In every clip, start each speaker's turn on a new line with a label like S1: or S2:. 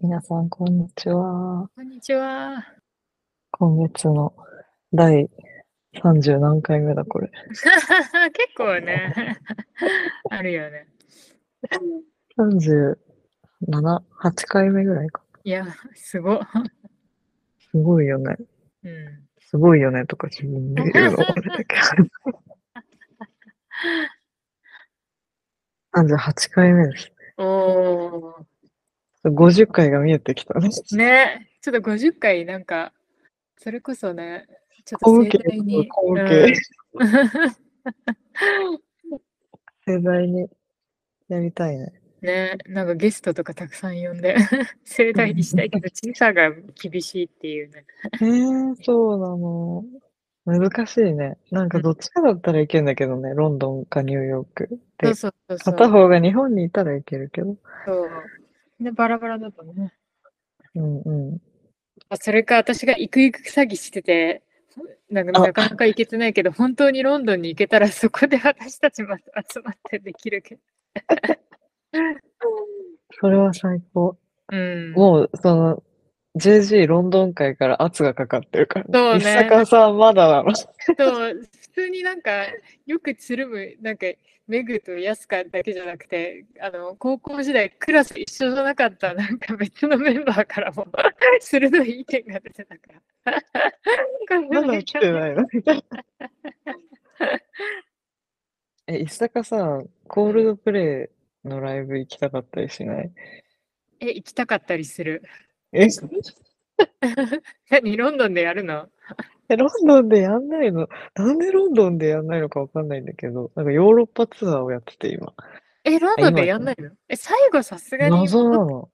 S1: 皆さん、こんにちは。
S2: こんにちは。
S1: 今月の第30何回目だ、これ。
S2: 結構ね、あるよね。
S1: 37、8回目ぐらいか。
S2: いや、すご。
S1: すごいよね。
S2: うん。
S1: すごいよね、とか自分で言うのもあれだけど。38回目です。
S2: おー。
S1: 50回が見えてきたね。
S2: ね、ちょっと50回、なんか、それこそね、ちょっ
S1: 後継
S2: と盛大に。
S1: 後
S2: う
S1: 継
S2: ん。
S1: 世代にやりたいね。
S2: ね、なん かゲストとかたくさん呼んで、 盛大にしたいけど、小さが厳しいっていうね。
S1: えー、そうなの。難しいね。なんか
S2: うん
S1: どっちかだったらいけるんだけどね。ロンドンかニューヨーク
S2: そ
S1: で
S2: う。そうそうそう。
S1: 片方が日本にいたらいけるけど。
S2: そうで、バラバラだとね。
S1: うんうん。
S2: あそれか、私が行く行く詐欺してて、なんか
S1: あ
S2: なかなか行けてないけど、本当にロンドンに行けたら、そこで 私たちまた集まってできるけど。
S1: それは最高。
S2: うん。
S1: もう、その、JG ロンドン会から圧がかかってるからね。
S2: そうね
S1: 石坂さんまだなの。
S2: そう普通になんか、よくつるむ、なんか、メグとヤスカだけじゃなくて、あの、高校時代、クラス一緒じゃなかった、なんか別のメンバーからも、 鋭い意見が出てたから。
S1: まだ来て ないのみたいな。 え、石坂さん、コールドプレイのライブ行きたかったりしない
S2: え、行きたかったりする。
S1: え、
S2: 何、ロンドンでやるの
S1: えロンドンでやんないのなんでロンドンでやんないのかわかんないんだけど、なんかヨーロッパツアーをやってて今。
S2: え、ロンドンで
S1: 今
S2: やんないのえ、最後さすがに
S1: 謎な
S2: 戻っ
S1: の。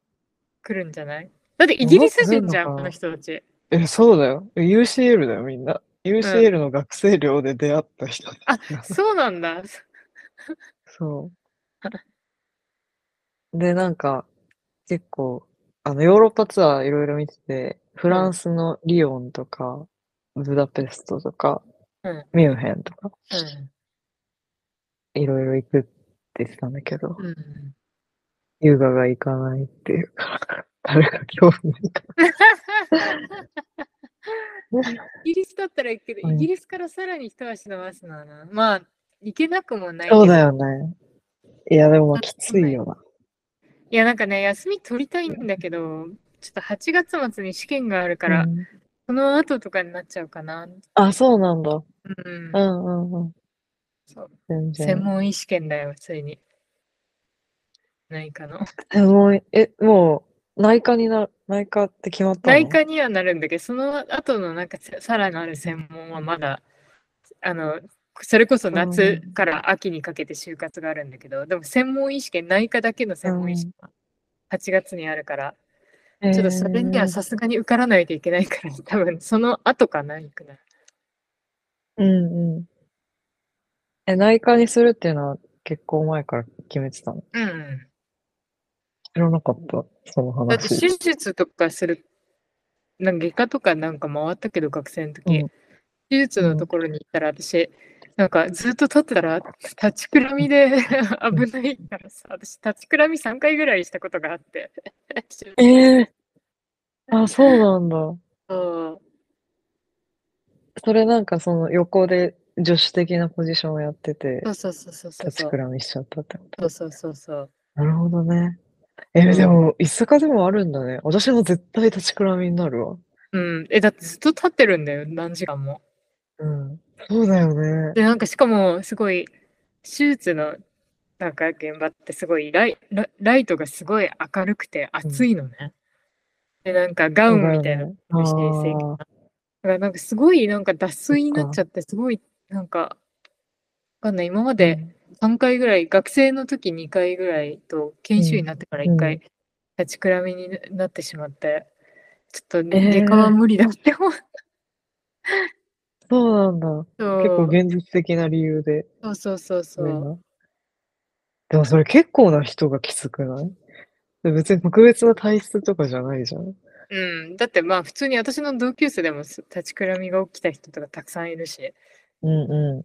S2: 来るんじゃないだってイギリス人じゃん、
S1: 戻ってくるのかな
S2: この人たち。
S1: え、そうだよ。UCL だよ、みんな。UCL の学生寮で出会った人。
S2: あ そうなんだ。
S1: そう。で、なんか、結構、あの、ヨーロッパツアーいろいろ見てて、フランスのリヨンとか、ブダペストとか
S2: うん、
S1: ミュンヘンとか、
S2: うん。
S1: いろいろ行くって言ってたんだけど、
S2: うん、
S1: 優雅が行かないっていうから、 誰か興味ないか
S2: イギリスだったら行くけど、
S1: うん
S2: イギリスからさらに一足伸ばすのはな。まあ、行けなくもない
S1: ら。
S2: けど。
S1: そうだよね。いや、でもまあ
S2: あ
S1: きついよな。
S2: いや、なんかね、休み取りたいんだけど、ちょっと8月末に試験があるから、
S1: うん
S2: その後とかになっちゃうかな。
S1: あ、そうなんだ。
S2: うん。
S1: うんうんうん。
S2: そう
S1: 全然。
S2: 専門医試験だよ、ついに。内科の。
S1: 専門医、え、もう、内科になる、内科って決まったの
S2: 内科にはなるんだけど、その後のなんかささらなる専門はまだ、あの、それこそ夏
S1: うん
S2: から秋にかけて就活があるんだけど、でも専門医試験、内科だけの専門医試験は8月にあるから、
S1: えー
S2: ちょっとそれにはさすがに受からないといけないから、多分その後かな、行くな。
S1: うんうん。え、内科にするっていうのは結構前から決めてたの
S2: うん。
S1: 知らなかった、その
S2: だって
S1: 話。
S2: 手術とかする、なんか外科とかなんか回ったけど、学生の時、
S1: うん
S2: 手術のところに行ったら私、なんかずっと立ってたら立ちくらみで危ないからさ、私立ちくらみ3回ぐらいしたことがあって。
S1: ええあ、そうなんだ。
S2: そう
S1: それなんかその横で助手的なポジションをやってて、
S2: そうそうそうそう
S1: 立
S2: そ
S1: ち
S2: う
S1: く。らみしちゃったってこ
S2: そう
S1: と。
S2: そうそうそう。
S1: なるほどね。え、でも、一坂でもあるんだね。私も絶対立ちくらみになるわ。
S2: うん。え、だってずっと立ってるんだよ、何時間も。
S1: うん。そうだよね。
S2: で、なんかしかも、すごい、手術のなんか現場ってすごいライ、ラライトがすごい明るくて暑いのね。で、なんかガ
S1: そ
S2: ウ
S1: うだ
S2: ン
S1: よ
S2: みたいな
S1: ね。
S2: のして
S1: あ
S2: 正規
S1: ー
S2: だからなんかすごいなんか脱水にな
S1: そっ
S2: っ
S1: か
S2: ちゃってすごいなんかわかんない今まで3回ぐらい学生の時2回ぐらいと研修医になってから
S1: うん
S2: 1回立ちくらみになってしまってちょっと
S1: えー
S2: 外科は無理だって思った
S1: そうなんだ。結構現実的な理由で、
S2: そうそうそうそ
S1: そういう
S2: う
S1: のでもそれ結構な人がきつくないで別に特別な体質とかじゃないじゃん。
S2: うんだってまあ普通に私の同級生でもす立ちくらみが起きた人とかたくさんいるし
S1: うんう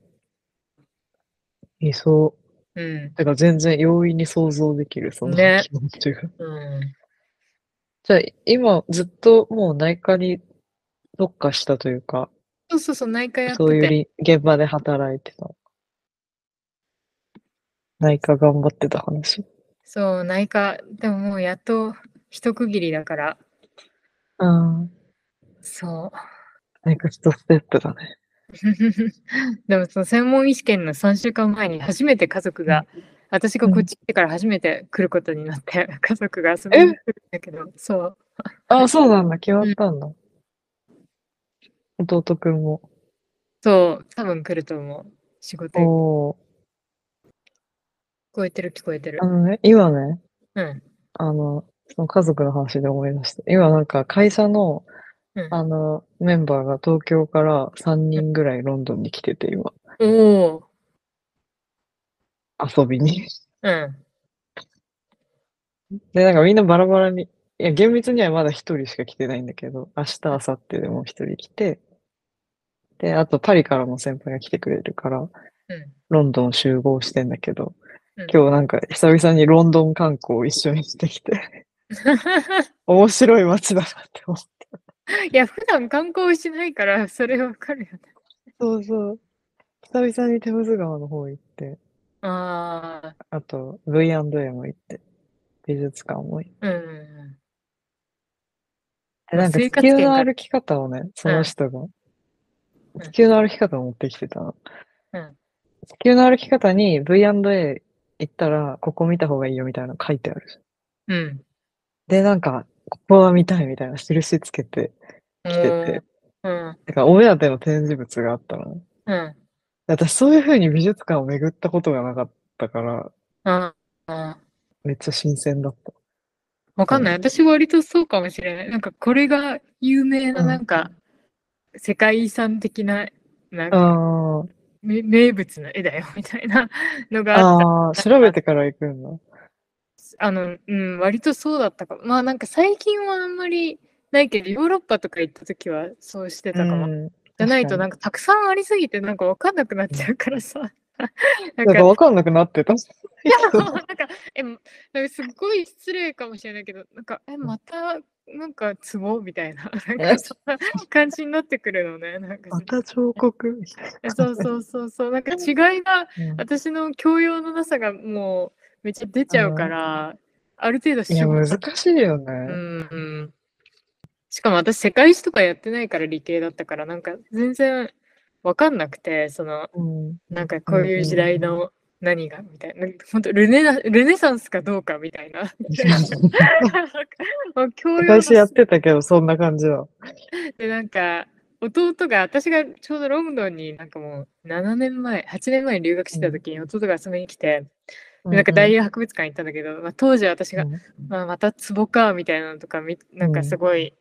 S1: ん。いそ
S2: うん
S1: う。てか全然容易に想像できる、その
S2: ね
S1: 気持ちが。
S2: うん
S1: じゃあ、今ずっともう内科に特化したというか、
S2: そうそうそう、内科やってて。
S1: そういうり現場で働いてたの。内科頑張ってた話。
S2: そう、内科。でももうやっと一区切りだから、
S1: ああ、
S2: そう。
S1: 内科一ステップだね。
S2: でもその専門医試験の3週間前に初めて家族が、私がこっち来てから初めて来ることになって、 家族が遊びに来るんだけど、そう。
S1: ああ、そうなんだ。決まったんだ。弟くんも。
S2: そう、多分来ると思う。仕事
S1: お
S2: 行く聞
S1: お
S2: こえてる聞こえてる
S1: ー。あ。のね、今ね、
S2: うん。
S1: あの、その家族の話で思い出した。今なんか会社の、
S2: うん
S1: あの、メンバーが東京から3人ぐらいロンドンに来てて、今、
S2: おお。
S1: 遊びに。
S2: うん。
S1: で、なんかみんなバラバラに、いや、厳密にはまだ一人しか来てないんだけど、明日、明後日でもう一人来て、で、あとパリからも先輩が来てくれるから、
S2: うん。
S1: ロンドン集合してんだけど
S2: うん、
S1: 今日なんか久々にロンドン観光を一緒にしてきて、 面白い街だなって思って。
S2: いや、普段観光しないから、それわかるよね。
S1: そうそう。久々にテムズ川の方行って、
S2: あ
S1: あと V&A も行って、美術館も行って。
S2: あ、うん。
S1: でなんか
S2: 生
S1: 地
S2: 活
S1: 球
S2: 圏
S1: の
S2: から
S1: 歩き方をね、そ
S2: うん
S1: の人が、
S2: ん
S1: 地球の歩き方を持ってきてたの。
S2: うん
S1: 地球の歩き方に V&A 行ったら、ここ見た方がいいよみたいなの書いてあるじゃん。
S2: うん。
S1: で、なんか、ここは見たいみたいな印つけて
S2: う
S1: きてて
S2: ん。、うん。
S1: なんかお目当ての展示物があったのね。
S2: う
S1: で
S2: ん。
S1: 私そういう風に美術館を巡ったことがなかったから、
S2: ああ。
S1: めっちゃ新鮮だった。
S2: わかんない。
S1: う
S2: 私割とそうかもしれない。なんかこれが有名
S1: う
S2: な
S1: ん
S2: なんか世界遺産的ななんか
S1: あー
S2: め名物の絵だよみ たいなのがあった。
S1: あー、調べてから行くんだ。
S2: あの、うん、割とそうだったかも。まあなんか最近はあんまりないけど、ヨーロッパとか行った時はそうしてたかも。
S1: うん
S2: じゃないと
S1: 確かに
S2: なんかたくさんありすぎてなんかわかんなくなっちゃうから さ。なん
S1: なん
S2: か
S1: かわかんなくなってた。
S2: そうなんか、え、なんかすっごい失礼かもしれないけど、なんか、え、また、なんか、ツボみたいな、 なんか、
S1: え
S2: そんな感じになってくるのね。なんか
S1: ま、た彫刻みたい
S2: えそうそうそうそう、なんか違いが、
S1: な。
S2: 私の教養のなさがもう、めっちゃ出ちゃうから、ある程度
S1: いや、
S2: 絞っ
S1: 難しいよ
S2: う
S1: ね。
S2: んうん。しかも私、世界史とかやってないから理系だったから、なんか、全然わかんなくて、その、
S1: うん。
S2: なんかこういう時代
S1: う
S2: の何がみたいな、本当ルネナルネサンスかどうかみたい な。もう教養の
S1: 昔やってたけど、そんな感じだ。
S2: でなんか弟が私がちょうどロンドンになんかもう7年前8年前に留学してた時に弟が遊びに来て、でなんか大英博物館行ったんだけど、まあ、当時私が、
S1: うん
S2: まあ、また壺かみたいなのとかみなんかすごい、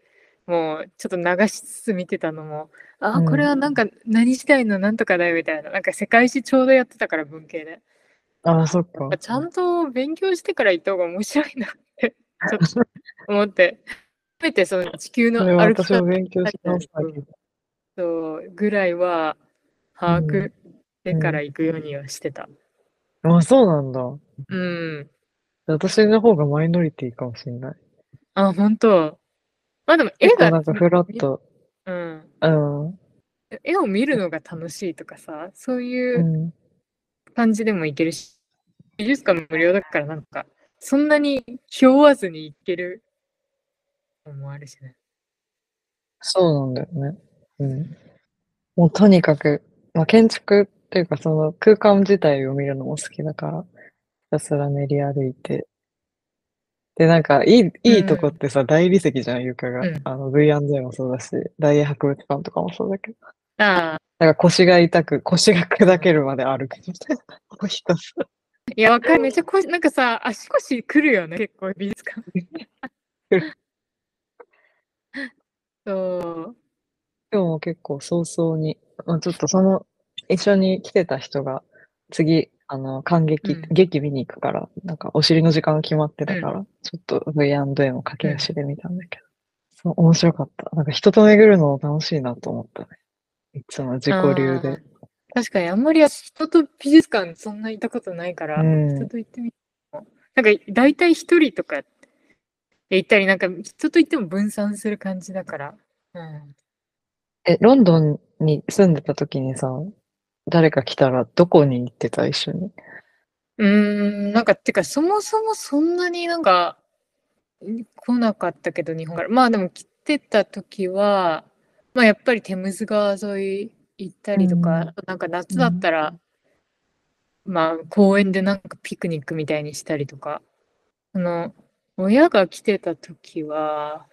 S2: もうちょっと流しつつ見てたのもああこれはなんか何時代のなんとかだよみたいななんか世界史ちょうどやってたから文系で。
S1: ああ、そっか
S2: まあ。ちゃんと勉強してから行った方が面白いなって ちょっと思って、せめてその地球
S1: そ
S2: の
S1: れは
S2: 歩き
S1: 私
S2: 方
S1: も勉強し直したけど。
S2: ぐらいは把握してから行くようにはしてた。
S1: ああ、そうなんだ。
S2: うん。
S1: 私の方がマイノリティかもしれない。
S2: あ、本当。まあでも絵
S1: 結構
S2: が、
S1: なんかフラット。
S2: うん、
S1: うん。。
S2: 絵を見るのが楽しいとかさ、そういううん感じでも行けるし、美術館も無料だからなんか、そんなに気負わずに行けるのもあるしね。
S1: そうなんだよね。うん。もうとにかく、まあ、建築っていうかその空間自体を見るのも好きだから、ひたすら練り歩いて。で、なんか、いい、いいとこってさ、大理石じゃん、床が。
S2: うん
S1: あの、V&A もそうだし、大英博物館とかもそうだけど。
S2: ああ、
S1: だから腰が痛く、腰が砕けるまで歩くみたい な。ひたすら。
S2: いや、わかる。めっちゃこなんかさ、足腰来るよね、結構、美術館。そう。
S1: 今日も結構早々に、まあ、ちょっとその、一緒に来てた人が、次、あの、感激、
S2: うん
S1: 劇見に行くから、なんかお尻の時間が決まってたから、
S2: う
S1: ちょっと V&A も駆け足で見たんだけど、そう、面白かった。なんか人と巡るの楽しいなと思ったね。いつも自己流
S2: あ
S1: で
S2: ー。確かに、あんまり人と美術館そんな行ったことないから、
S1: うん
S2: 人と行ってみても。なんか、大体一人とか行ったり、なんか人と行っても分散する感じだから。うん。
S1: え、ロンドンに住んでた時にさ、誰か来たらどこに行ってた一緒に。
S2: うーん、なんか、てか、そもそもそんなになんか、ん来なかったけど、日本から。まあでも、来てた時は、まあやっぱりテムズ川沿い行ったりとか、
S1: うん
S2: あとなんか夏だったら、まあ公園でなんかピクニックみたいにしたりとか、あの、親が来てた時は、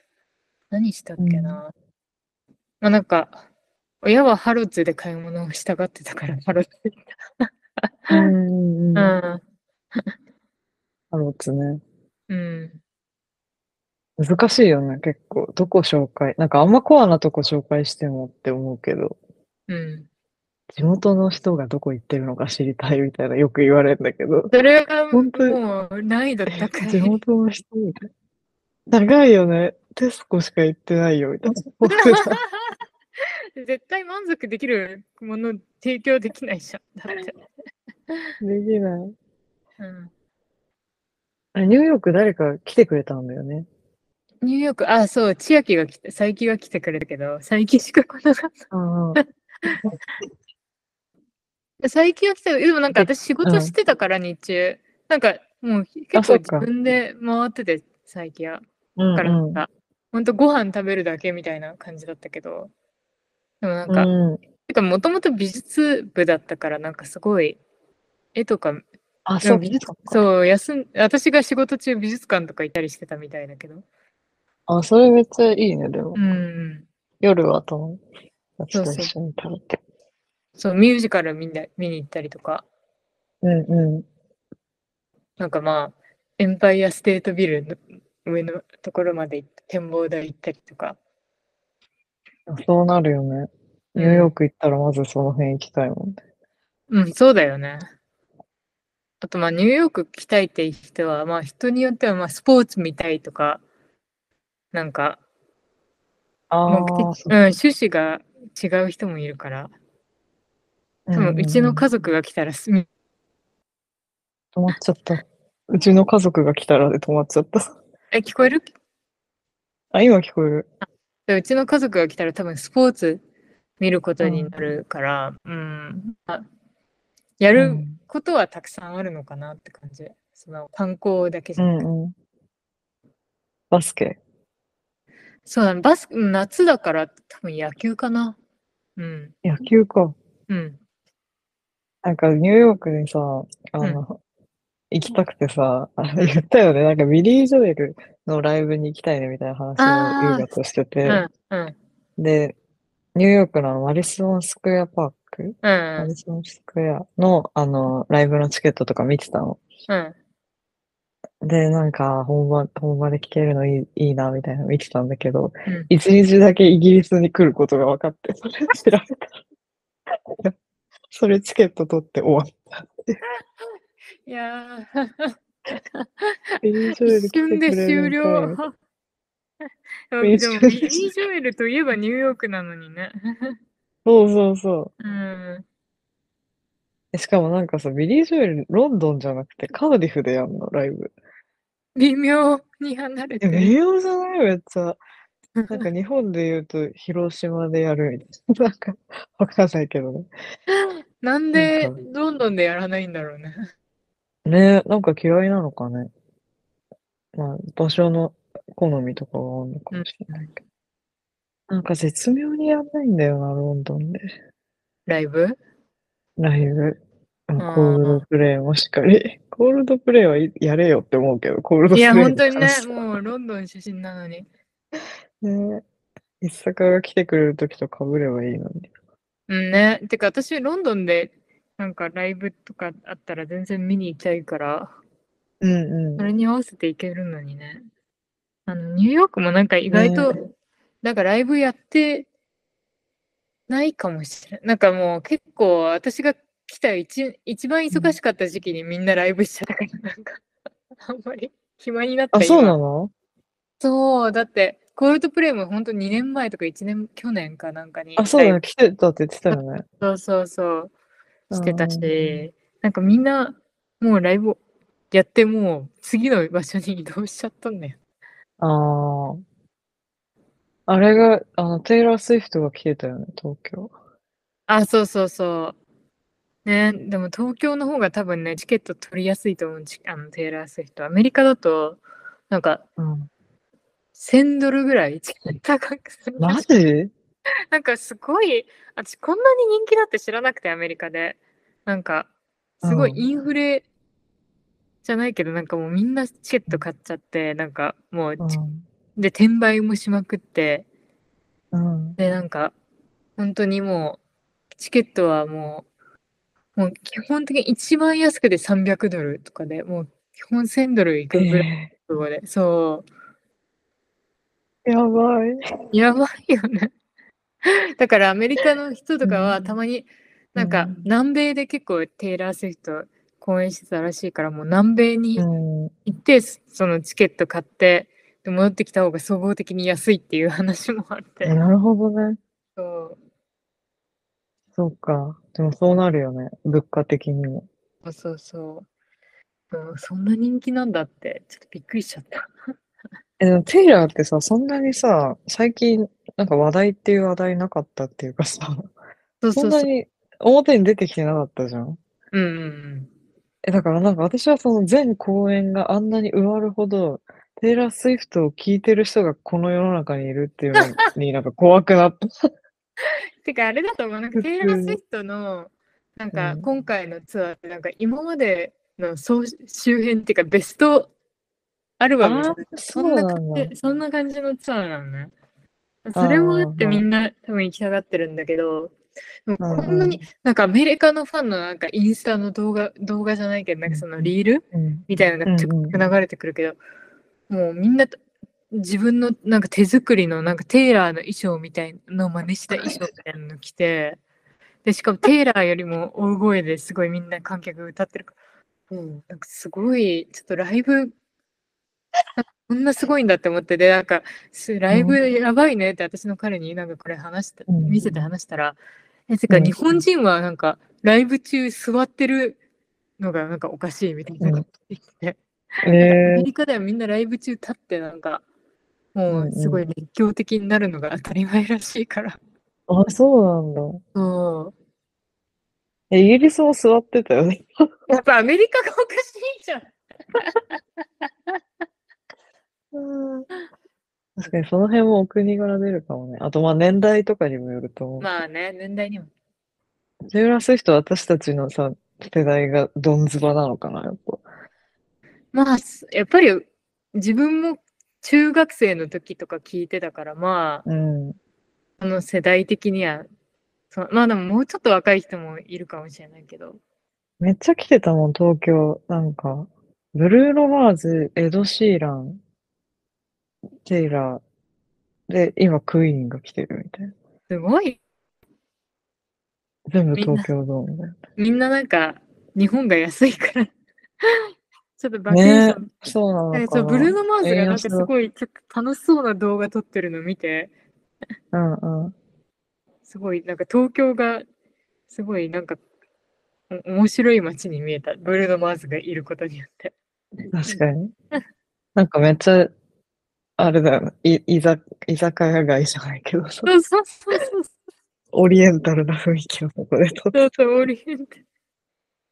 S2: 何したっけな。まあなんか、親はハロッズで買い物をしたがってたから、ハロッズ行った。
S1: うん。ハ
S2: うん
S1: ローツね。
S2: うん。
S1: 難しいよね、結構。どこ紹介。なんかあんまコアなとこ紹介してもって思うけど、
S2: うん。
S1: 地元の人がどこ行ってるのか知りたいみたいなよく言われるんだけど。
S2: それがも
S1: 本当に
S2: う難易度高
S1: 地
S2: い。
S1: 元の人みたいな。長いよね。テスコしか行ってないよみ たいな。思ってた
S2: 絶対満足できるもの提供できないじゃん。だって。
S1: できない。
S2: うん
S1: あれニューヨーク誰か来てくれたんだよね。
S2: ニューヨーク、あ、そう、千秋が来て、佐伯が来てくれたけど、佐伯しか来なかっ
S1: ああ。
S2: た。佐伯が来た、でもなんか私仕
S1: う
S2: 事
S1: ん
S2: してたから日中、なんかもう
S1: あ
S2: 結構
S1: そっ
S2: 自
S1: か
S2: 分で回ってて、佐伯
S1: う
S2: は。
S1: ん
S2: だから
S1: う
S2: なん
S1: ん
S2: か、ほんとご飯食べるだけみたいな感じだったけど、でもなんか、
S1: うん。
S2: てかもともと美術部だったから、なんかすごい、絵とか
S1: あ、
S2: で
S1: そ
S2: も
S1: う、美術館か。
S2: そう、休ん、私が仕事中美術館とか行ったりしてたみたいだけど。
S1: あ、それめっちゃいいね、でも
S2: う。ん。
S1: 夜は友達
S2: そう
S1: と
S2: そう
S1: 一緒に食べて。
S2: そう、ミュージカル見な見に行ったりとか、
S1: うんう
S2: なんかまあ、エンパイアステートビルの上のところまで行って、展望台行ったりとか。
S1: ん。そうなるよね。ニューヨーク行ったらまずその辺行きたいもんね。
S2: うん、そうだよね。あとまあ、ニューヨーク来たいっていう人は、まあ人によってはまあ、スポーツ見たいとか、なんか、
S1: あ
S2: 目的、
S1: あ、
S2: うん、趣旨が違う人もいるから、多分うちの家
S1: 族。
S2: 族が来たらすみ、
S1: 止まっちゃった。うちの家族が来たらで止まっちゃった。
S2: え、聞こえる
S1: あ、今聞こえる。
S2: でうちの家族が来たら多分スポーツ見ることに
S1: うん
S2: なるから、うん、あや
S1: う
S2: る
S1: ん
S2: ことはたくさんあるのかなって感じ。その観光だけじ
S1: う
S2: ゃなくて
S1: んうん。バスケ。
S2: そうだね、バス、うん夏だから多分野球かな。うん、
S1: 野球か。
S2: うん、
S1: なんかニューヨークにさ、あの、行きたくてさ、あの言ったよね。なんかビリー・ジョエルのライブに行きたいねみたいな話
S2: あー
S1: を優雅として
S2: う
S1: て。
S2: ん、うん、
S1: で、ニューヨークのあのマリソンスクエアパーク
S2: う
S1: マ
S2: ん、
S1: リソンスクエアのあの、ライブのチケットとか見てたの。
S2: うん、
S1: で、なんか、本場、本場で聴けるのいい、いいな、みたいなの見てたんだけど
S2: うん、
S1: 一日だけイギリスに来ることが分かって、それ調べた。 それチケット取って終わっ
S2: いやー、
S1: た。ビリージョエル来
S2: 一
S1: て
S2: 瞬で
S1: くれるみたい
S2: 終了。
S1: な
S2: でも、
S1: ビリー
S2: で
S1: ジ
S2: も
S1: ョエル
S2: ビリー・ジョエルといえばニューヨークなのにね。
S1: そうそうそう
S2: うん、
S1: え。しかもなんかさ、ビリー・ジョエル、ロンドンじゃなくてカーディフでやんの、ライブ。
S2: 微妙に離れて
S1: え、
S2: る。
S1: 微妙じゃないめっちゃ。なんか日本で言うと広島でやるみたいな。 なんか、わかんないけどね。
S2: なん
S1: な
S2: で
S1: んか
S2: ロンドンでやらないんだろうね。
S1: ねえ、なんか嫌いなのかね。まあ、場所の好みとかはあるのかもしれないけど。なんか絶妙にやんないんだよな、ロンドンで。
S2: ライブ
S1: ライブ。うん
S2: あー
S1: コールドプレイもしっかり。コールドプレイはいやれよって思うけど、コールド
S2: いや、
S1: プレイ
S2: 本当にね、
S1: 関しては
S2: もうロンドン出身なのに。
S1: ねえ。一坂が来てくれるときと被ればいいのに。
S2: うんね。てか私、ロンドンでなんかライブとかあったら全然見に行きたいから、
S1: うん
S2: それに合わせて行けるのにね。あの、ニューヨークもなんか意外と、なんかライブやってないかもしれない。なんかもう結構私が来た一一番忙しかった時期にみんなライブしてたから、なんか、あんまり暇になった
S1: あ、そう
S2: 今
S1: なの
S2: そう、だって、コールドプレイも本当2年前とか1年、去年かなんかに、
S1: あ、そうだ
S2: ライ
S1: ね。来てたって言ってたよね。
S2: ブそうそうそう、してた
S1: うん
S2: し、なんかみん な、もうライブやって、もう次の場所に移動しちゃったんだよ。
S1: ああ。あれが、あの、テイラー・スウィフトが来てたよね、東京。
S2: あ、そうそうそう。ね、でも東京の方が多分ね、チケット取りやすいと思う、ちあのテイラー・スウィフト。アメリカだと、なんか
S1: うん。
S2: 1000ドルぐらいチケット高くするら
S1: マ
S2: しい
S1: ジ
S2: なんかすごい、私こんなに人気だって知らなくて、アメリカで。なんか、すごい
S1: うん
S2: インフレじゃないけど、なんかもうみんなチケット買っちゃって、なんかもう、
S1: うん。
S2: で、転売もしまくって、
S1: うん。
S2: で、なんか、本当にもう、チケットはもう、もう基本的に一番安くで300ドルとかで、もう基本1000ドルいくぐらい
S1: え
S2: のとこで、そ
S1: ー、やばい。
S2: う、やばいよね。 だからアメリカの人とかはたまに、なんか
S1: うん
S2: 南米で結構テイラー・スウィフト公演してたらしいから、もう南米に
S1: うん。
S2: 行って、そのチケット買って、で戻ってきた方が総合的に安いっていう話もあって、
S1: なるほどね。
S2: そう
S1: そうか。でもそうなるよね。物価的にも。
S2: そうそうそう。うん、そんな人気なんだって、ちょっとびっくりしちゃった。
S1: え、でもテイラーってさ、そんなにさ、最近、なんか話題っていう話題なかったっていうかさ、
S2: そう
S1: そ
S2: そ
S1: ん
S2: うそ
S1: な
S2: う。
S1: に表に出てきてなかったじゃん。
S2: うんうんうん。
S1: え、だからなんか私はその全公演があんなに埋まるほど、テイラー・スウィフトを聴いてる人がこの世の中にいるっていうのになんか怖く なった。
S2: てか、あれだと思う。なんか、
S1: 普通
S2: テイ
S1: に
S2: ラー・スウィフトの、なんか
S1: う、ん
S2: 今回のツアーって、なんか、今までの総周辺っていうか、ベストアルバムじゃ
S1: ああ
S2: ない、
S1: そ
S2: そ
S1: うん
S2: な
S1: なん
S2: 感
S1: だ。
S2: じ、そんな感じのツアーなのね。それもあって、
S1: あー
S2: みんな多分行きたがってるんだけど、でも
S1: うん
S2: こんなに、なんか、アメリカのファンの、なんか、インスタの動画、動画じゃないけど、なんか、その、リール
S1: うん。
S2: みたいなのがちょ
S1: うんう
S2: く
S1: ん
S2: ちょく流れてくるけど、もうみんなと自分のなんか手作りのなんかテイラーの衣装みたいのを真似した衣装みたいなの着て、で、しかもテイラーよりも大声ですごいみんな観客が歌ってるから、うん、なんかすごい、ちょっとライブ、こんなすごいんだって思って、で、なんか、すライブやばいねって私の彼になんかこれ話した、
S1: うん
S2: 見せて話したら、え、てか
S1: うん
S2: 日本人はなんかライブ中座ってるのがなんかおかしいみたいなこと言って、ア
S1: え
S2: メリカではみんなライブ中立ってなんかも
S1: んう
S2: うんうすごい熱狂的になるのが当たり前らしいから。
S1: ー、あ、そうなんだ。
S2: そ
S1: え、イギリスも座ってたよ ね。
S2: う。やっぱアメリカがおかしいじゃん。
S1: うん確かにその辺もお国柄出るかもね。あとまあ年代とかにもよると思う。
S2: まあね、年代にも。
S1: テイラー・スウィフトは私たちのさ、世代がドンズバなのかな、やっぱ。
S2: まあ、すやっぱり自分も中学生の時とか聞いてたから、まあ、
S1: うん。
S2: あの世代的には、そうまあでももうちょっと若い人もいるかもしれないけど。
S1: めっちゃ来てたもん、東京。なんか、ブルーロマーズ、エド・シーラン、テイラー、で、今クイーンが来てるみたいな。
S2: すごい。
S1: 全部
S2: みんな
S1: 東京ドームだよ。
S2: みんななんか日本が安いから。 ちょっとバケーション
S1: ねそうなの
S2: え
S1: か
S2: そう、ブルーノ・マーズが
S1: 円
S2: なんか
S1: 安
S2: す
S1: だ
S2: ごいちょっと楽しそうな動画撮ってるの見て、
S1: な。うんうん。
S2: すごいなんか東京がすごいなんかお面白い街に見えた、ブルーノ・マーズがいることによって。
S1: 確かに。なんかめっちゃ、あれだよね。い、居酒居酒屋街じゃないけどさ、
S2: そうそうそうそう、
S1: オリエンタルな雰囲気のとこで撮って。
S2: そうそう、オリエンテ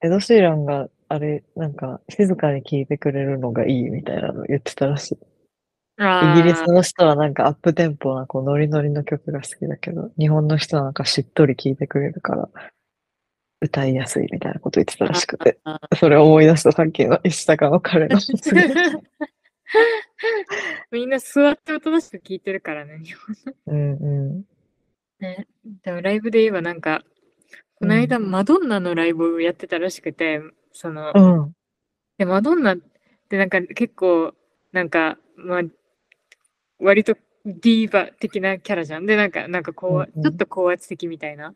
S1: エド・シーランが、あれ、なんか、静かに聞いてくれるのがいいみたいなの言ってたらしい。イギリス
S2: ああ、
S1: の人はなんかアップテンポな、こう、ノリノリの曲が好きだけど、日本の人はなんかしっとり聞いてくれるから、歌いやすいみたいなこと言ってたらしくて、
S2: あ
S1: それを思い出したさっきの石坂の彼 の発言。
S2: みんな座っておとなしく聞いてるからね、日本
S1: うんう
S2: ね。でもライブで言えばなんか、こ
S1: うん
S2: の間マドンナのライブをやってたらしくて、その、
S1: ん。うん。
S2: で、マドンナってなんか結構、なんか、まあ、割とディーバ的なキャラじゃん。で、なんか、なんかこう、
S1: うんうん
S2: ちょっと高圧的みたいな。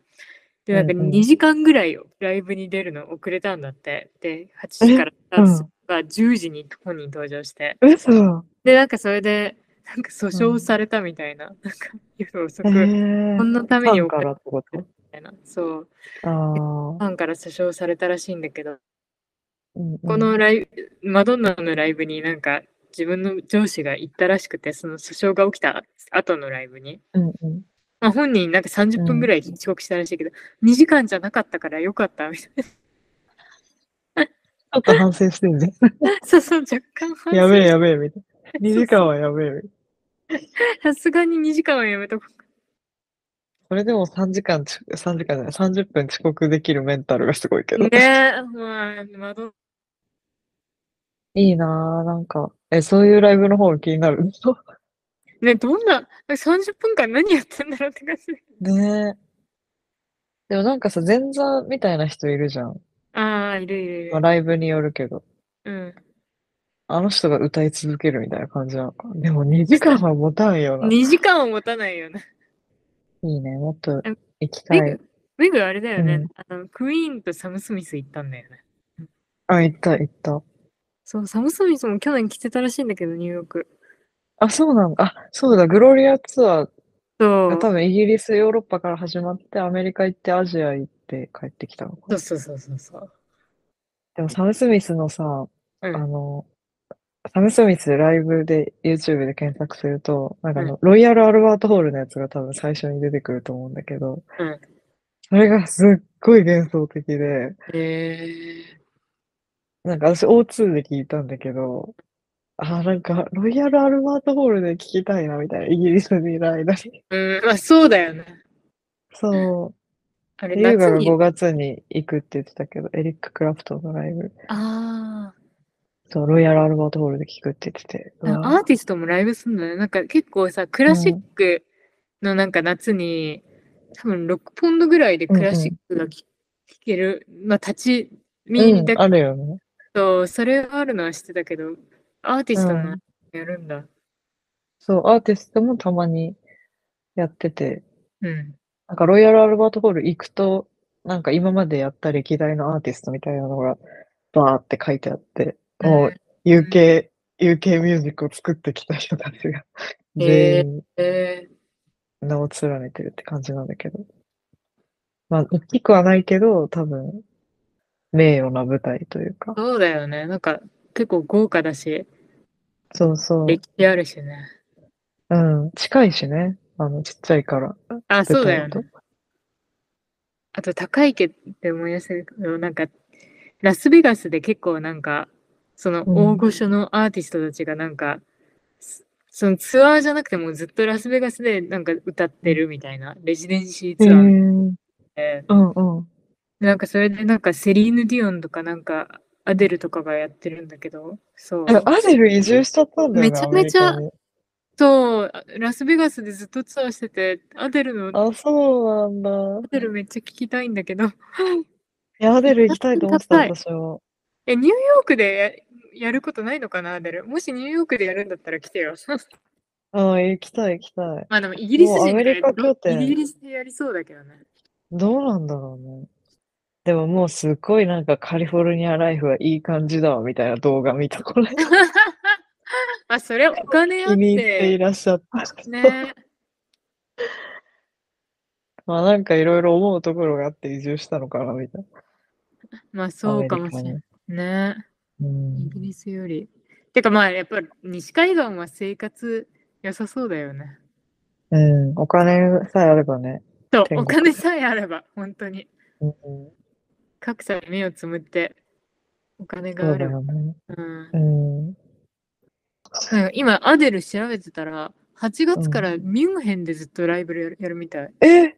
S2: で、なんか
S1: うんうん
S2: 2時間ぐらいライブに出るの遅れたんだって。で、8時から
S1: うん
S2: スが10時に本人登場して。
S1: 嘘。
S2: で、なんかそれで、なんか訴訟されたみたいな。なんか夜遅
S1: え
S2: く、
S1: ー
S2: こんなた
S1: フ
S2: め
S1: ァ
S2: に
S1: ン
S2: 遅
S1: か
S2: れた
S1: らってこと
S2: みたいな。そう。
S1: あ
S2: ファンから訴訟されたらしいんだけど。
S1: あ。うんうん
S2: このライブ、マドンナのライブになんか自分の上司が行ったらしくて、その訴訟が起きた後のライブに。
S1: うんうん。
S2: まあ、本人なんか30分ぐらい遅刻したらしいけど、2時間じゃなかったからよかったみ たい
S1: ちょっと反省してる ね。
S2: な。そうそう、若干反省
S1: やべえやべえ、みた いな。2時間はやべえ、みたいな。
S2: さすがに2時間はやめとこう。
S1: これでも3時間ち、3時間じゃない、30分遅刻できるメンタルがすごいけど。
S2: ねえ、まあ、窓
S1: いいなぁ、なんか。え、そういうライブの方が気になる。
S2: ね、どんな、30分間何やってんだろうって感じ。
S1: ねえ。でもなんかさ、前座みたいな人いるじゃん。
S2: ああ、いるいるい
S1: まあ、
S2: る。
S1: ライブによるけど。
S2: うん。
S1: あの人が歌い続けるみたいな感じなのか。でも2時間は持たんよな。い
S2: 2時間は持たないよね。
S1: いね、もっと
S2: うん
S1: 行きた
S2: メ
S1: い。
S2: グ、メグあれだよね、
S1: うん
S2: あの。クイーンとサム・スミス行ったんだよね。
S1: あ、行った、行った。
S2: そう、サム・スミスも去年来てたらしいんだけど、ニューヨーク。
S1: あ、そうなんだ。あ、そうだ、グロリアツアー
S2: そ
S1: が
S2: う。
S1: 多分イギリス、ヨーロッパから始まって、アメリカ行って、アジア行って帰ってきたのか
S2: そうそうそうそうそう。
S1: でもサム・スミスのさ、
S2: う
S1: あ
S2: ん、
S1: の、サム・スミスライブで YouTube で検索すると、なんかあの、ロイヤル・アルバート・ホールのやつが多分最初に出てくると思うんだけど
S2: うん、
S1: それがすっごい幻想的で、
S2: え
S1: なんか私 O2 で聞いたんだけど、あ、なんかロイヤル・アルバート・ホールで聞きたいなみたいな、イギリスにいる間に。
S2: ー、うん、まあそうだよね。
S1: そう。
S2: あれ、
S1: 優
S2: 夏
S1: 雅が
S2: に、
S1: 5月に行くって言ってたけど、エリック・クラプトンのライブ、
S2: あ
S1: そう、ロイヤル・アルバート・ホールで聞くって言ってて、
S2: あ、な
S1: うんわ
S2: かアーティストもライブするんだね。なんか結構さ、クラシックのなんか夏に、多分6ポンドぐらいでクラシックがき聴ける、まあ立ち見
S1: うん、
S2: だ
S1: あるよね。
S2: と、それがあるのは知ってたけど、アーティスト
S1: うん
S2: のやるんだ。
S1: そう、アーティストもたまにやってて、
S2: うん。
S1: なんかロイヤル・アルバート・ホール行くと、なんか今までやった歴代のアーティストみたいなのがバーって書いてあって、もう UK、UK ミュージックを作ってきた人たちが
S2: へー
S1: 全員
S2: え
S1: 名を連ねてるって感じなんだけど。まあ、大きくはないけど、多分、名誉な舞台というか
S2: ー、。そうだよね。なんか結構豪華だし、
S1: そうそう。
S2: 歴史あるしね。
S1: うん。近いしね。あの、ちっちゃいから。
S2: あ、そうだよ
S1: 舞
S2: ね
S1: 台。
S2: あと高いけって思い出せるけど、なんか、ラスベガスで結構なんか、その
S1: うん
S2: 大御所のアーティストたちがなんか、すそのツアーじゃなくてもずっとラスベガスでなんか歌ってるみたいな、レジデンシー
S1: と。
S2: ツ
S1: へ
S2: ア
S1: え。
S2: ー
S1: うん
S2: で、
S1: うん。
S2: なんかそれでなんかセリーヌ・ディオンとかなんかアデルとかがやってるんだけど、そう。
S1: えアデル移住しちゃったんだよね。
S2: めちゃめちゃ
S1: アメリ
S2: そう、ラスベガスでずっとツアーしてて、アデルの、
S1: カ
S2: ア
S1: に。あ、そうなんだ。
S2: デルめっちゃ聞きたいんだけど、
S1: いや、アデル行きたいと思ってた、
S2: 行きた
S1: 私
S2: い
S1: は。
S2: え、ニューヨークでや、やることないのかな、アデル。もしニューヨークでやるんだったら来てよ。
S1: ああ、行きたい、行きたい。
S2: まあでもイギリス
S1: もう
S2: 人
S1: アメリカ拠
S2: が
S1: 点
S2: イギリスでやりそうだけどね。
S1: どうなんだろうね。でももうすっごいなんかカリフォルニアライフはいい感じだわ、みたいな動画見た。これ、
S2: まあそれはお金あ
S1: 気
S2: っ
S1: に入ってい
S2: て、
S1: らっしゃった。
S2: ね。
S1: まあなんかいろいろ思うところがあって移住したのかな、みたいな。
S2: まあそうかもしれない。ね。
S1: うん
S2: イギリスより。てかまあやっぱり西海岸は生活良さそうだよね。
S1: うん、お金さえあればね。
S2: そう、
S1: 天
S2: お
S1: 国
S2: 金さえあれば、本当に。
S1: うん、
S2: 格差に目をつむって、お金
S1: そ
S2: が
S1: う
S2: あ
S1: だ
S2: れば。
S1: よね。
S2: うん
S1: うん。
S2: なんか今、アデル調べてたら、8月からミュンヘンでずっとライブやるやるみたい。
S1: え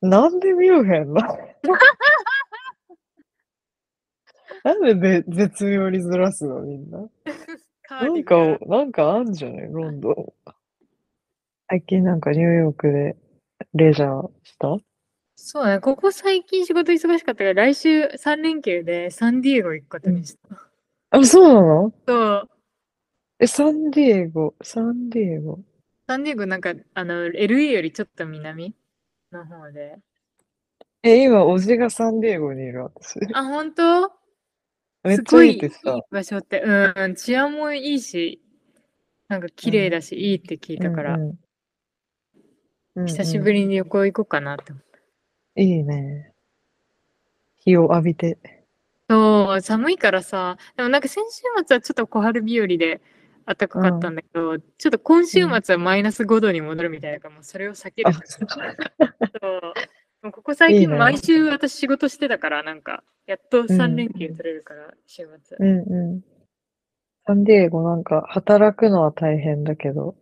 S1: なんでミュンヘン ななんでで絶妙にずらすのみんな。
S2: カ
S1: な
S2: ーディ
S1: ん
S2: ガ
S1: か
S2: ン、
S1: なんかあんじゃないロンドン。最近なんかニューヨークでレジャーした
S2: そうね、ここ最近仕事忙しかったから、来週3連休でサンディエゴ行くことにした。
S1: あ、そうなの
S2: そう、
S1: え、サンディエゴ、サンディエゴ。
S2: サンディエゴなんか、あの、LA よりちょっと南の方で。
S1: え、今、おじがサンディエゴにいる私。
S2: あ、本当
S1: めっ
S2: す
S1: ちゃ
S2: ご
S1: いい
S2: い
S1: っ
S2: い
S1: て
S2: い
S1: さ。
S2: 場所って、うん、治安もいいし、なんか綺麗だし、いいって聞いたから、
S1: うんうん
S2: 久しぶりに旅行行こうかなって思
S1: うんうんいいね。日を浴びて。
S2: そう、寒いからさ、でもなんか先週末はちょっと小春日和で暖かかったんだけど、ちょっと今週末はマイナス5度に戻るみたいなから、もうそれを避ける
S1: あ、
S2: とか
S1: そう
S2: そうもうここ最
S1: いい
S2: 近
S1: ね
S2: 毎週私仕事してたから、なんか、やっと
S1: うん
S2: 3連休取れるから、週末。
S1: うんうん。サンディエゴなんか働くのは大変だけど、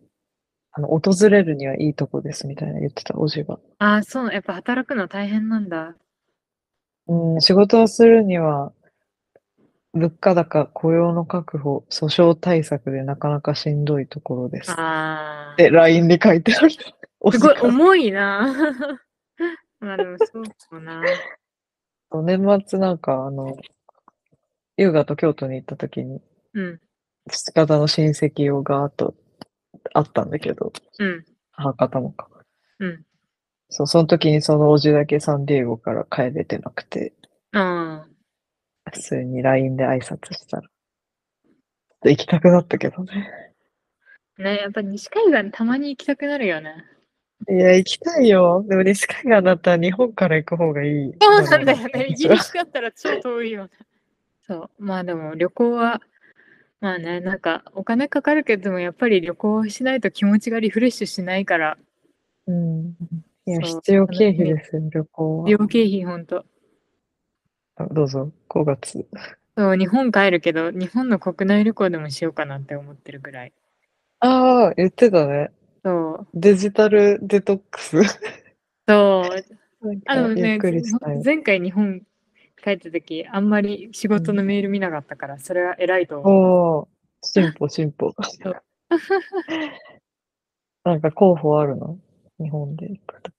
S1: あの、訪れるにはいいとこですみたいな言ってた、おじが。
S2: ああ、そう、やっぱ働くの大変なんだ。
S1: うん、仕事をするには、物価高、雇用の確保、訴訟対策でなかなかしんどいところです。
S2: あ
S1: で、LINE で書い てある。お
S2: あ、すごい
S1: 時間
S2: 重いな。 まあでもそうかもな。
S1: そう年末なんか、あの、優雅と京都に行った時に、
S2: うん、
S1: 父方の親戚をガーッとあったんだけど、
S2: うん、
S1: 母方もか。
S2: うん。
S1: そう、その時にそのおじだけサンディエゴから帰れてなくて、
S2: ああ。
S1: 普通に LINE で挨拶したら。行きたくなったけどね。
S2: ね、やっぱ西海岸たまに行きたくなるよね。
S1: いや、行きたいよ。でも西海岸だったら日本から行く方がいい。
S2: そうなんだよね。イギリ
S1: ス。
S2: スだったら超遠いよね。そう。まあでも旅行は、まあね、なんかお金かかるけども、やっぱり旅行しないと気持ちがリフレッシュしないから、
S1: うん。いや、
S2: そう
S1: 必要経費ですよ、旅行は
S2: 旅行経費ほんと。
S1: あどうぞ、5月。
S2: そう、日本帰るけど、日本の国内旅行でもしようかなって思ってるぐらい。
S1: ああ、言ってたね。
S2: そう。
S1: デジタルデトックス。
S2: そう。
S1: なんか
S2: あ、でも
S1: ゆっ
S2: ね、
S1: くりしたい。
S2: 前回日本帰った時、あんまり仕事のメール見なかったから、それは偉いと思う。
S1: おー、進歩、進歩。
S2: う
S1: なんか候補あるの日本で行くと。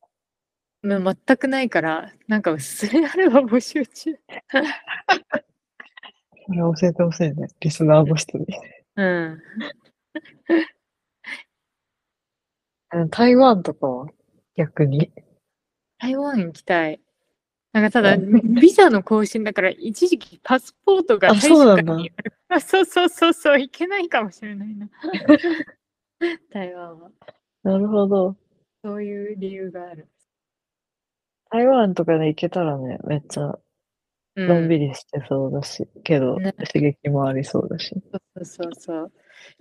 S2: もう全くないから、なんかそれあれば募集中。
S1: それ教えてほしいね。リスナーの人に。
S2: うん。
S1: うん台湾とかは逆に。
S2: 台湾行きたい。なんかただ、
S1: う
S2: ビザの更新だから、一時期パスポートが
S1: あそうなんだ
S2: 大使館にあ そうそうそうそう、行けないかもしれないな。台湾は。
S1: なるほど。
S2: そういう理由がある。
S1: 台湾とかで行けたらね、めっちゃ
S2: うん、
S1: のんびりしてそうだし、けど
S2: ね
S1: 刺激もありそうだし。
S2: そうそうそう。や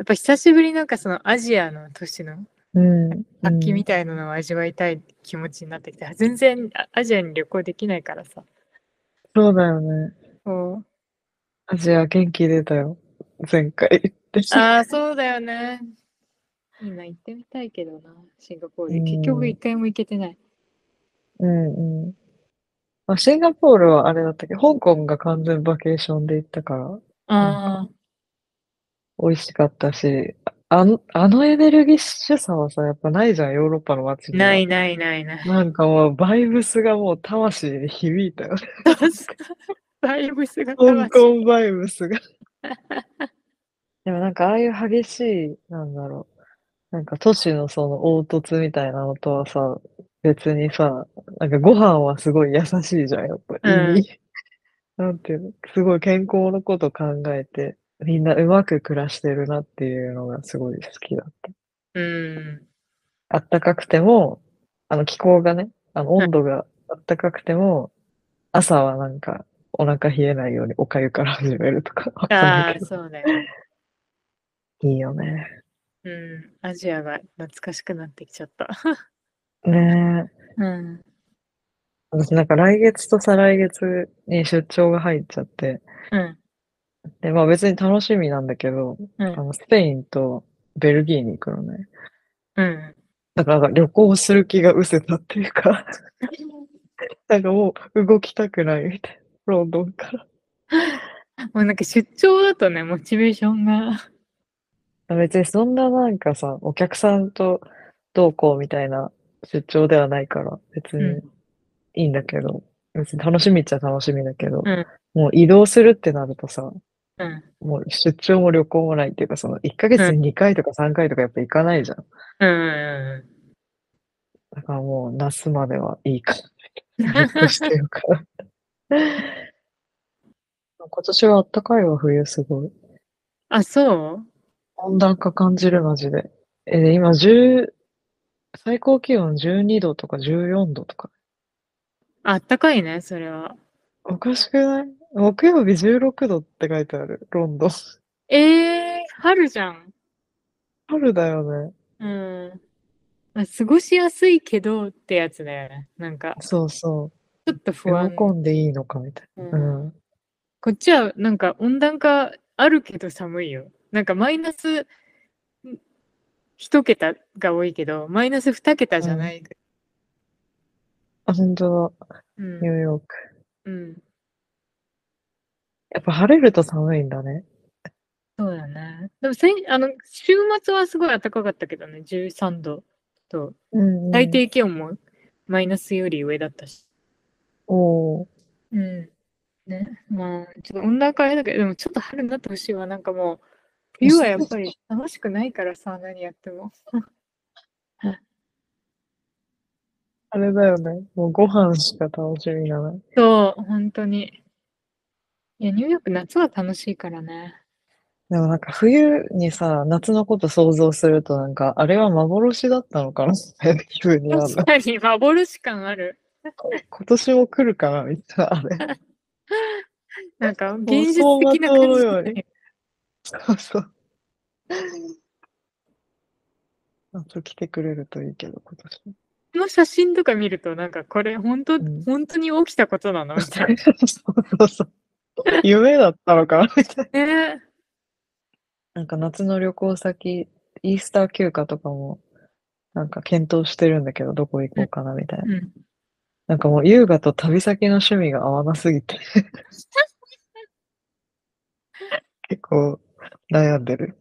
S2: っぱ久しぶりになんかそのアジアの都市の
S1: うん。
S2: 活気
S1: うん
S2: みたいなのを味わいたい気持ちになってきて、全然あアジアに旅行できないからさ。
S1: そうだよね。
S2: そう
S1: アジア元気出たよ。前回行って。
S2: ああ、そうだよね。みんな行ってみたいけどな、シンガポール。結
S1: うん
S2: 局一回も行けてない。
S1: うんうん。まあ、シンガポールはあれだったけど、香港が完全バケーションで行ったから、
S2: あ
S1: 美味しかったし、あの、あのエネルギッシュさはさ、やっぱないじゃん、ヨーロッパの街
S2: あ、
S1: には
S2: ないないないない。
S1: なんかもう、バイブスがもう魂に響いたよね。
S2: だいぶ姿
S1: 香
S2: は違う。
S1: 港バイブスが。 でもなんか、ああいう激しい、なんだろう。なんか都市のその凹凸みたいなのとはさ、別にさ、なんかご飯はすごい優しいじゃん、やっぱ
S2: うん
S1: り。なんていうの、すごい健康のこと考えて、みんなうまく暮らしてるなっていうのがすごい好きだった。
S2: うん。
S1: あったかくても、あの気候がね、あの温度があったかくても、朝はなんかお腹冷えないようにおかゆから始めるとか、わかんな
S2: あ
S1: いけ
S2: あ、そうだよね。
S1: どいいよね。
S2: うん。アジアが懐かしくなってきちゃった。
S1: ねえ。
S2: うん。
S1: 私なんか来月と再来月に出張が入っちゃって、
S2: うん。
S1: で、まあ別に楽しみなんだけど、
S2: う
S1: あ
S2: ん。
S1: のスペインとベルギーに行くのね。
S2: うん。
S1: だからなんか旅行する気が失せたっていうか、 なんかもう動きたくないみたいな。ロンドンから。
S2: もうなんか出張だとね、モチベーションが。
S1: 別にそんななんかさ、お客さんとどうこうみたいな出張ではないから、別
S2: う
S1: にいいんだけど、別に楽しみっちゃ楽しみだけど
S2: うん、
S1: もう移動するってなるとさ、
S2: うん。
S1: もう出張も旅行もないっていうか、その1ヶ月
S2: う
S1: に2回とか3回とかやっぱ行かないじゃん。
S2: うん。
S1: だからもう夏まではいい かな。じっとしてるから。 今年はあったかいわ、冬すごい。
S2: あ、そう
S1: 温暖化感じる、マジで。えー今、10、最高気温12度とか14度とか。
S2: あったかいね、それは。
S1: おかしくない木曜日16度って書いてある、ロンドン。
S2: えー、春じゃん。
S1: 春だよね。
S2: うん。まあ過ごしやすいけどってやつだよね。なんか、
S1: そうそ
S2: ちょっと
S1: う。
S2: 不
S1: エ
S2: 安
S1: モ。コンでいいのかみたいな。
S2: うん
S1: うん。
S2: こっちはなんか温暖化あるけど寒いよ。なんかマイナスん一桁が多いけど、マイナス二桁じゃないぐ
S1: あ、本当だ。
S2: らい。
S1: ニューヨーク。
S2: うん。うん。
S1: やっぱ晴れると寒いんだね。
S2: そうだね。でも先、あの、週末はすごい暖かかったけどね、13度と、
S1: うん、うん。
S2: 最低気温もマイナスより上だったし。
S1: おー
S2: うん。ね。まあ、ちょっと温暖化あれだけど、でもちょっと春になってほしいわ。なんかもう、冬はやっぱり楽しくないからさ、何やっても。
S1: あれだよね。もうご飯しか楽しみがない。
S2: そう、本当に。いや、ニューヨーク夏は楽しいからね。
S1: でもなんか冬にさ、夏のこと想像するとなんか、あれは幻だったのかな っていう気分になる
S2: 確。かに幻感ある。
S1: 今年も来るかなみたいな、あれ。
S2: なんか現
S1: 妄
S2: 実
S1: 想が
S2: 的な感じじ
S1: 遠
S2: ゃ
S1: いよ
S2: ない。
S1: そうそう。夏来てくれるといいけど、今年。
S2: この写真とか見ると、なんかこれ本当、
S1: ん
S2: 本当に起きたことなのみたい
S1: そうそうそう。夢だったのかなみたいな。
S2: な。ね。
S1: なんか夏の旅行先、イースター休暇とかも、なんか検討してるんだけど、どこ行こうかなみたいな。
S2: うん。
S1: なんかもう優雅と旅先の趣味が合わなすぎて結構悩んでる。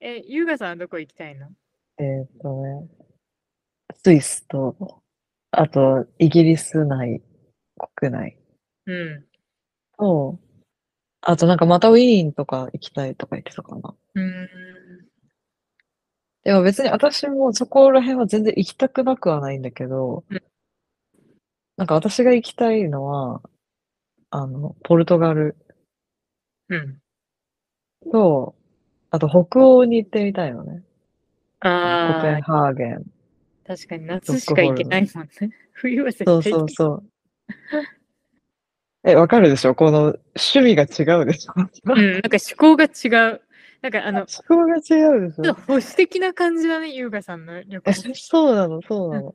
S2: え、優雅さんはどこ行きたいの
S1: えーっとね、スイスと、あとイギリス内、国内
S2: う
S1: と、あとなんかまたウィーンとか行きたいとか言ってたかな。
S2: ん。う
S1: でも別に私もそこら辺は全然行きたくなくはないんだけど
S2: うん、
S1: なんか私が行きたいのは、あの、ポルトガル
S2: ーん。うん。
S1: と、あと北欧に行ってみたいのね。コ
S2: あ
S1: ペン
S2: あ、
S1: ハーゲン。
S2: 確かに夏しか行けないもんね。冬は絶対
S1: そう
S2: 行けない
S1: そうそう。え、わかるでしょこの趣味が違うでしょ
S2: うん、なんか趣向が違う。なんかあの、ち
S1: そこが違うでし
S2: ょっと保守的な感じだね、優雅さんの旅行。
S1: ょそうなの、そうなの。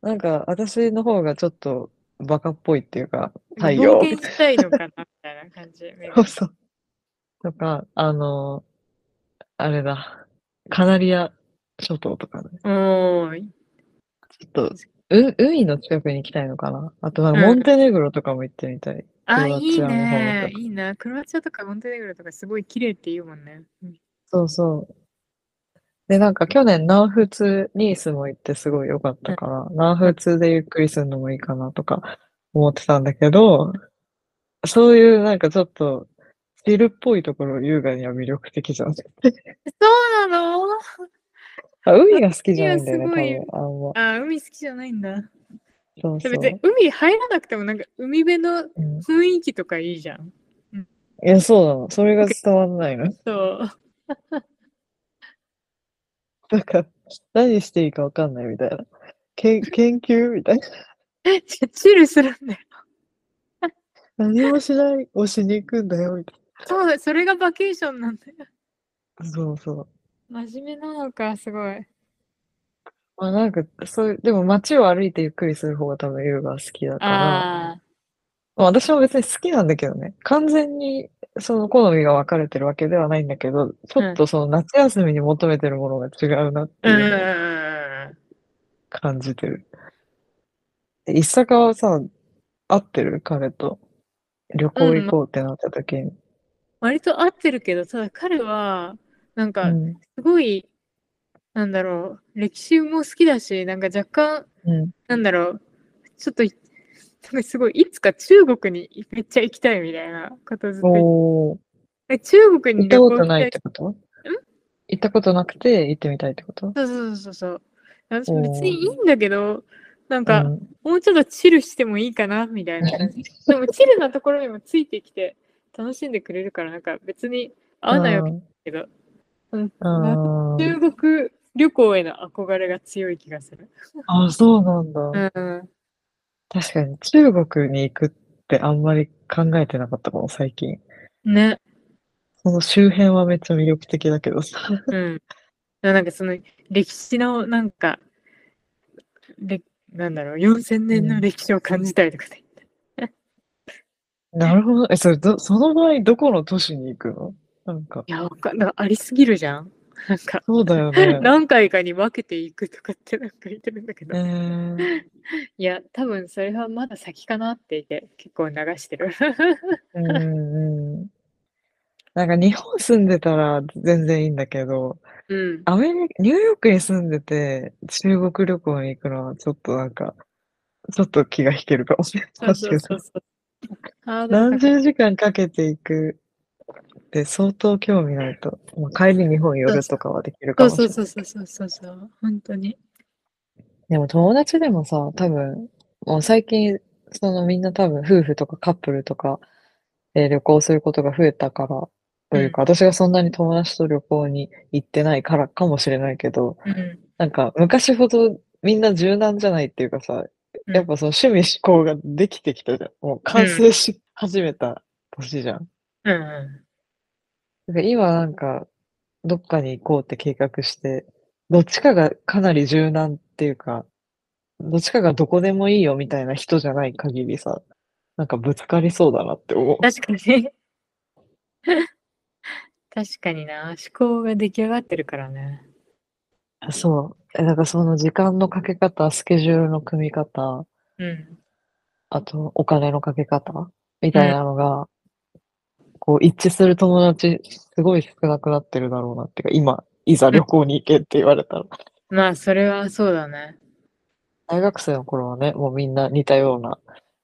S1: なんか私の方がちょっとバカっぽいっていうか、太陽
S2: 冒険したいのかなみたいな感 じ。
S1: そうそう。とか、あのあれだ、カナリア諸島とかね。
S2: おーい。
S1: ちょっと、う、海の近くに行きたいのかな。あとは
S2: うん
S1: モンテネグロとかも行ってみたい。
S2: あ、
S1: クロア
S2: いい
S1: チアの方
S2: ね。
S1: とか
S2: いいな。クロアチアとかモンテネグロとかすごい綺麗って言うもんね。うん
S1: そうそう。で、なんか去年南仏、ニースも行ってすごい良かったから、南仏でゆっくりするのもいいかなとか思ってたんだけど、そういうなんかちょっと、ビルっぽいところ優雅には魅力的 じゃん。
S2: そうなの
S1: あ、海が好きじゃないんだよね、多
S2: いやす
S1: 分。あんま。
S2: あ、海好きじゃないんだ。
S1: そう
S2: で
S1: そ
S2: も
S1: う
S2: 別に。海入らなくてもなんか海辺の
S1: うん
S2: 雰囲気とかいいじゃん。
S1: いや、そうなの。それが伝わんないの。
S2: そう。
S1: なんか、何していいかわかんないみたいな。けん研究みたいな。
S2: チルするんだよ。
S1: 何もしないをしに行くんだよ、みたい
S2: そうだ、それがバケーションなんだよ。
S1: な。そうそう。
S2: 真面目なのか、すごい。
S1: まあなんか、そういう、でも街を歩いてゆっくりする方が多分優雅は好きだから、
S2: ああ。
S1: まあ私も別に好きなんだけどね、完全にその好みが分かれてるわけではないんだけど、ちょっとその夏休みに求めてるものが違うなって
S2: うんうん
S1: いううんのを
S2: うんうん。
S1: 感じてる。で一坂はさ、合ってる彼と旅行行こうってなった時に。
S2: 割と合ってるけど、ただ彼は、なん
S1: う
S2: か、
S1: ん。
S2: すごい、なんだろう、歴史も好きだし、なんか若干、
S1: うん。
S2: なんだろう、ちょっとい、なんかすごい、いつか中国にめっちゃ行きたいみたいなことずっと言っ
S1: おー。
S2: て、中国
S1: 行っ
S2: に
S1: たこ
S2: 旅行
S1: と
S2: 行きた
S1: ないっ
S2: い。
S1: てこと行ったことなくて行ってみたいってこと
S2: そうそうそうそう。私
S1: おー
S2: も別にいいんだけど、なん
S1: う
S2: か、
S1: ん
S2: もうちょっとチルしてもいいかな、みた いな感じ。でも、チルなところにもついてきて、楽しんでくれるから、なんか別に合わないわけだけど、
S1: うんうん
S2: 中国旅行への憧れが強い気がする。
S1: あ、そうなんだ。
S2: うん。
S1: 確かに中国に行くっってあんまり考えてなかったかも、最近。
S2: ね。
S1: その周辺はめっちゃ魅力的だけどさ。
S2: うん。なんかその歴史のなんか、れなんだろう、4000年
S1: う
S2: の
S1: ん
S2: 歴史を感じたりとかで。
S1: なるほど。え、それ、ど、その場合、どこの都市に行くのなんか、
S2: いや、わかんなんかありすぎるじゃん。 なんか、
S1: そうだよね。
S2: 何回かに分けていくとかってなんか言ってるんだけ
S1: え
S2: ど。
S1: ー、
S2: いや、多分それはまだ先かなって言って結構流してる。
S1: うんうん。なんか日本住んでたら全然いいんだけど、
S2: うん。
S1: アメリカ、ニューヨークに住んでて中国旅行に行くのはちょっとなんか、ちょっと気が引けるかもしれ
S2: そ
S1: な
S2: う
S1: い
S2: そ
S1: けど
S2: うそうそう。ハードル
S1: 何
S2: 高い
S1: 十時間かけていくって相当興味ないと、まあ、帰り日本寄
S2: そう
S1: る
S2: そう
S1: とかはできるか
S2: そう
S1: もし
S2: そ
S1: れ
S2: う
S1: ない。
S2: そうそうそうそうそう。本当に。
S1: でも友達でもさ、多分、もう最近、そのみんな多分夫婦とかカップルとかで旅行することが増えたから、というか、私がそんなに友達と旅行に行ってないからかもしれないけど、
S2: うん。
S1: なんか昔ほどみんな柔軟じゃないっていうかさ、
S2: うん
S1: やっぱその趣味思考ができてきたじゃん。もう完成し始めた年じゃん。
S2: うんう。。
S1: なんか今なんか、どっかに行こうって計画して、どっちかがかなり柔軟っていうか、どっちかがどこでもいいよみたいな人じゃない限りさ、なんかぶつかりそうだなって思うん
S2: 確かに。確かにな。思考が出来上がってるからね。
S1: そう。え、だからその時間のかけ方、スケジュールの組み方、
S2: うん。
S1: あとお金のかけ方みたいなのが、こう一致する友達、すごい少なくなってるだろうなっていうか、今、いざ旅行に行けって言われたら。
S2: まあ、それはそうだね。
S1: 大学生の頃はね、もうみんな似たような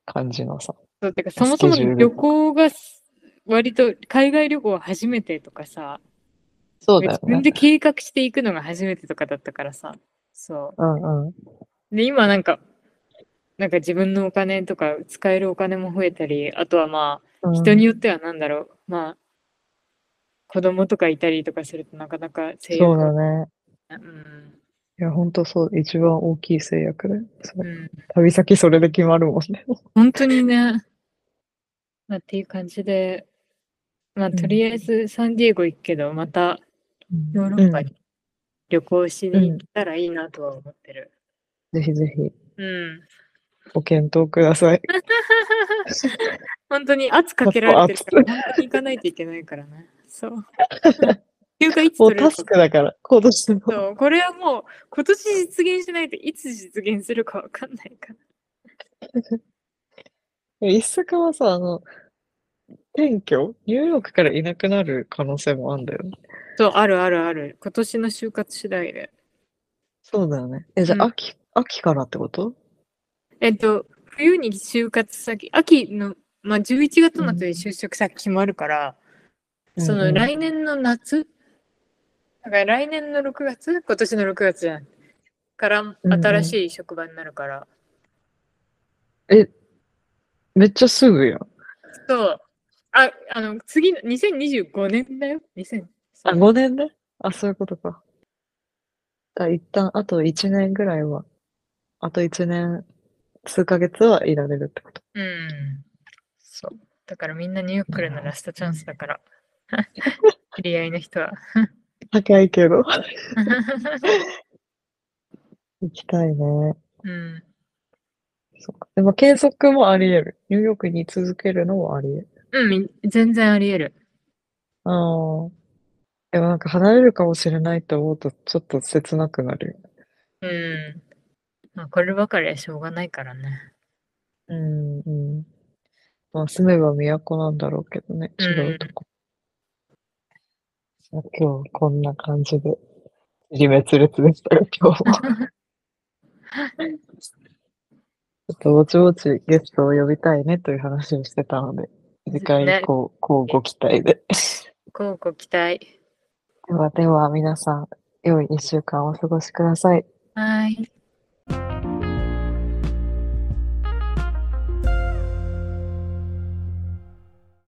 S1: 感じのさ、
S2: そう、てか、
S1: ま
S2: そ
S1: あ
S2: も
S1: スケ
S2: そも
S1: ジュール
S2: 旅行がす、割と、海外旅行は初めてとかさ、
S1: そうだ
S2: 自
S1: よ
S2: 分
S1: ね。
S2: で計画していくのが初めてとかだったからさ、そ
S1: うんうん。
S2: う。で、今なんか、なんか自分のお金とか使えるお金も増えたり、あとはま
S1: う
S2: あ、
S1: ん
S2: 人によってはなんだろう、まあ、子供とかいたりとかするとなかなか制
S1: そうだ
S2: 約
S1: ね。
S2: うん
S1: いや、ほんとそう、一番大きい制約だよ。そう
S2: うん、
S1: 旅先それで決まるもんね。
S2: 本当にね、まあ、っていう感じで、まあ、
S1: ん
S2: とりあえずサンディエゴ行くけど、またヨーロッパに旅行しに行ったらいいなとは思ってる。
S1: うんぜひぜひ、
S2: うん。
S1: ご検討ください。
S2: 本当に圧かけられてるから、本当に行かないといけないからね。そう。休暇いつ
S1: も
S2: 取
S1: う タ
S2: れるか
S1: スクだから、今年の。
S2: そう。これはもう、今年実現しないといつ実現するかわかんないから。
S1: 一作はさ、あの、転居ニューヨークからいなくなる可能性もあるんだよね。
S2: そう、あるあるある。今年の就活次第で。
S1: そうだよね。え、じゃ
S2: うん
S1: あ、秋、秋からってこと
S2: えっと、冬に就活先、秋の、まあ、11月末で就職先決まるから、そ
S1: うんう
S2: の
S1: ん
S2: 来年の夏、だから来年の6月、今年の6月じゃん。から
S1: うんうん
S2: 新しい職場になるから。
S1: めっちゃすぐやん。
S2: そう。あ、あの、次の、2025年だよ。2000。
S1: あ、5年ね。あ、そういうことか。あ、一旦、あと1年ぐらいは、あと1年、数ヶ月はいられるってこと。
S2: うん。そう。だからみんなニューヨーク来るのラストチャンスだ から。 知り合いの人は。
S1: 高いけど。 行きたいね。
S2: うん。
S1: そっか。でも継続もあり得る。ニューヨークに続けるのもあり得る。
S2: うん、全然あり得る。
S1: ああ。でもなんか離れるかもしれないと思うと、ちょっと切なくなるよね。
S2: うん。まあ、こればかりはしょうがないからね。
S1: うん、うん。まあ、住めば都なんだろうけどね。
S2: うん
S1: 違うとこ。じゃあ今日はこんな感じで、自滅裂でしたが、今日も。 ちょっとぼちぼちゲストを呼びたいねという話をしてたので、次回以
S2: ね
S1: 降、こうご期待で。
S2: こうご期待。
S1: ではでは皆さん、良い一週間をお過ごしください。
S2: はい。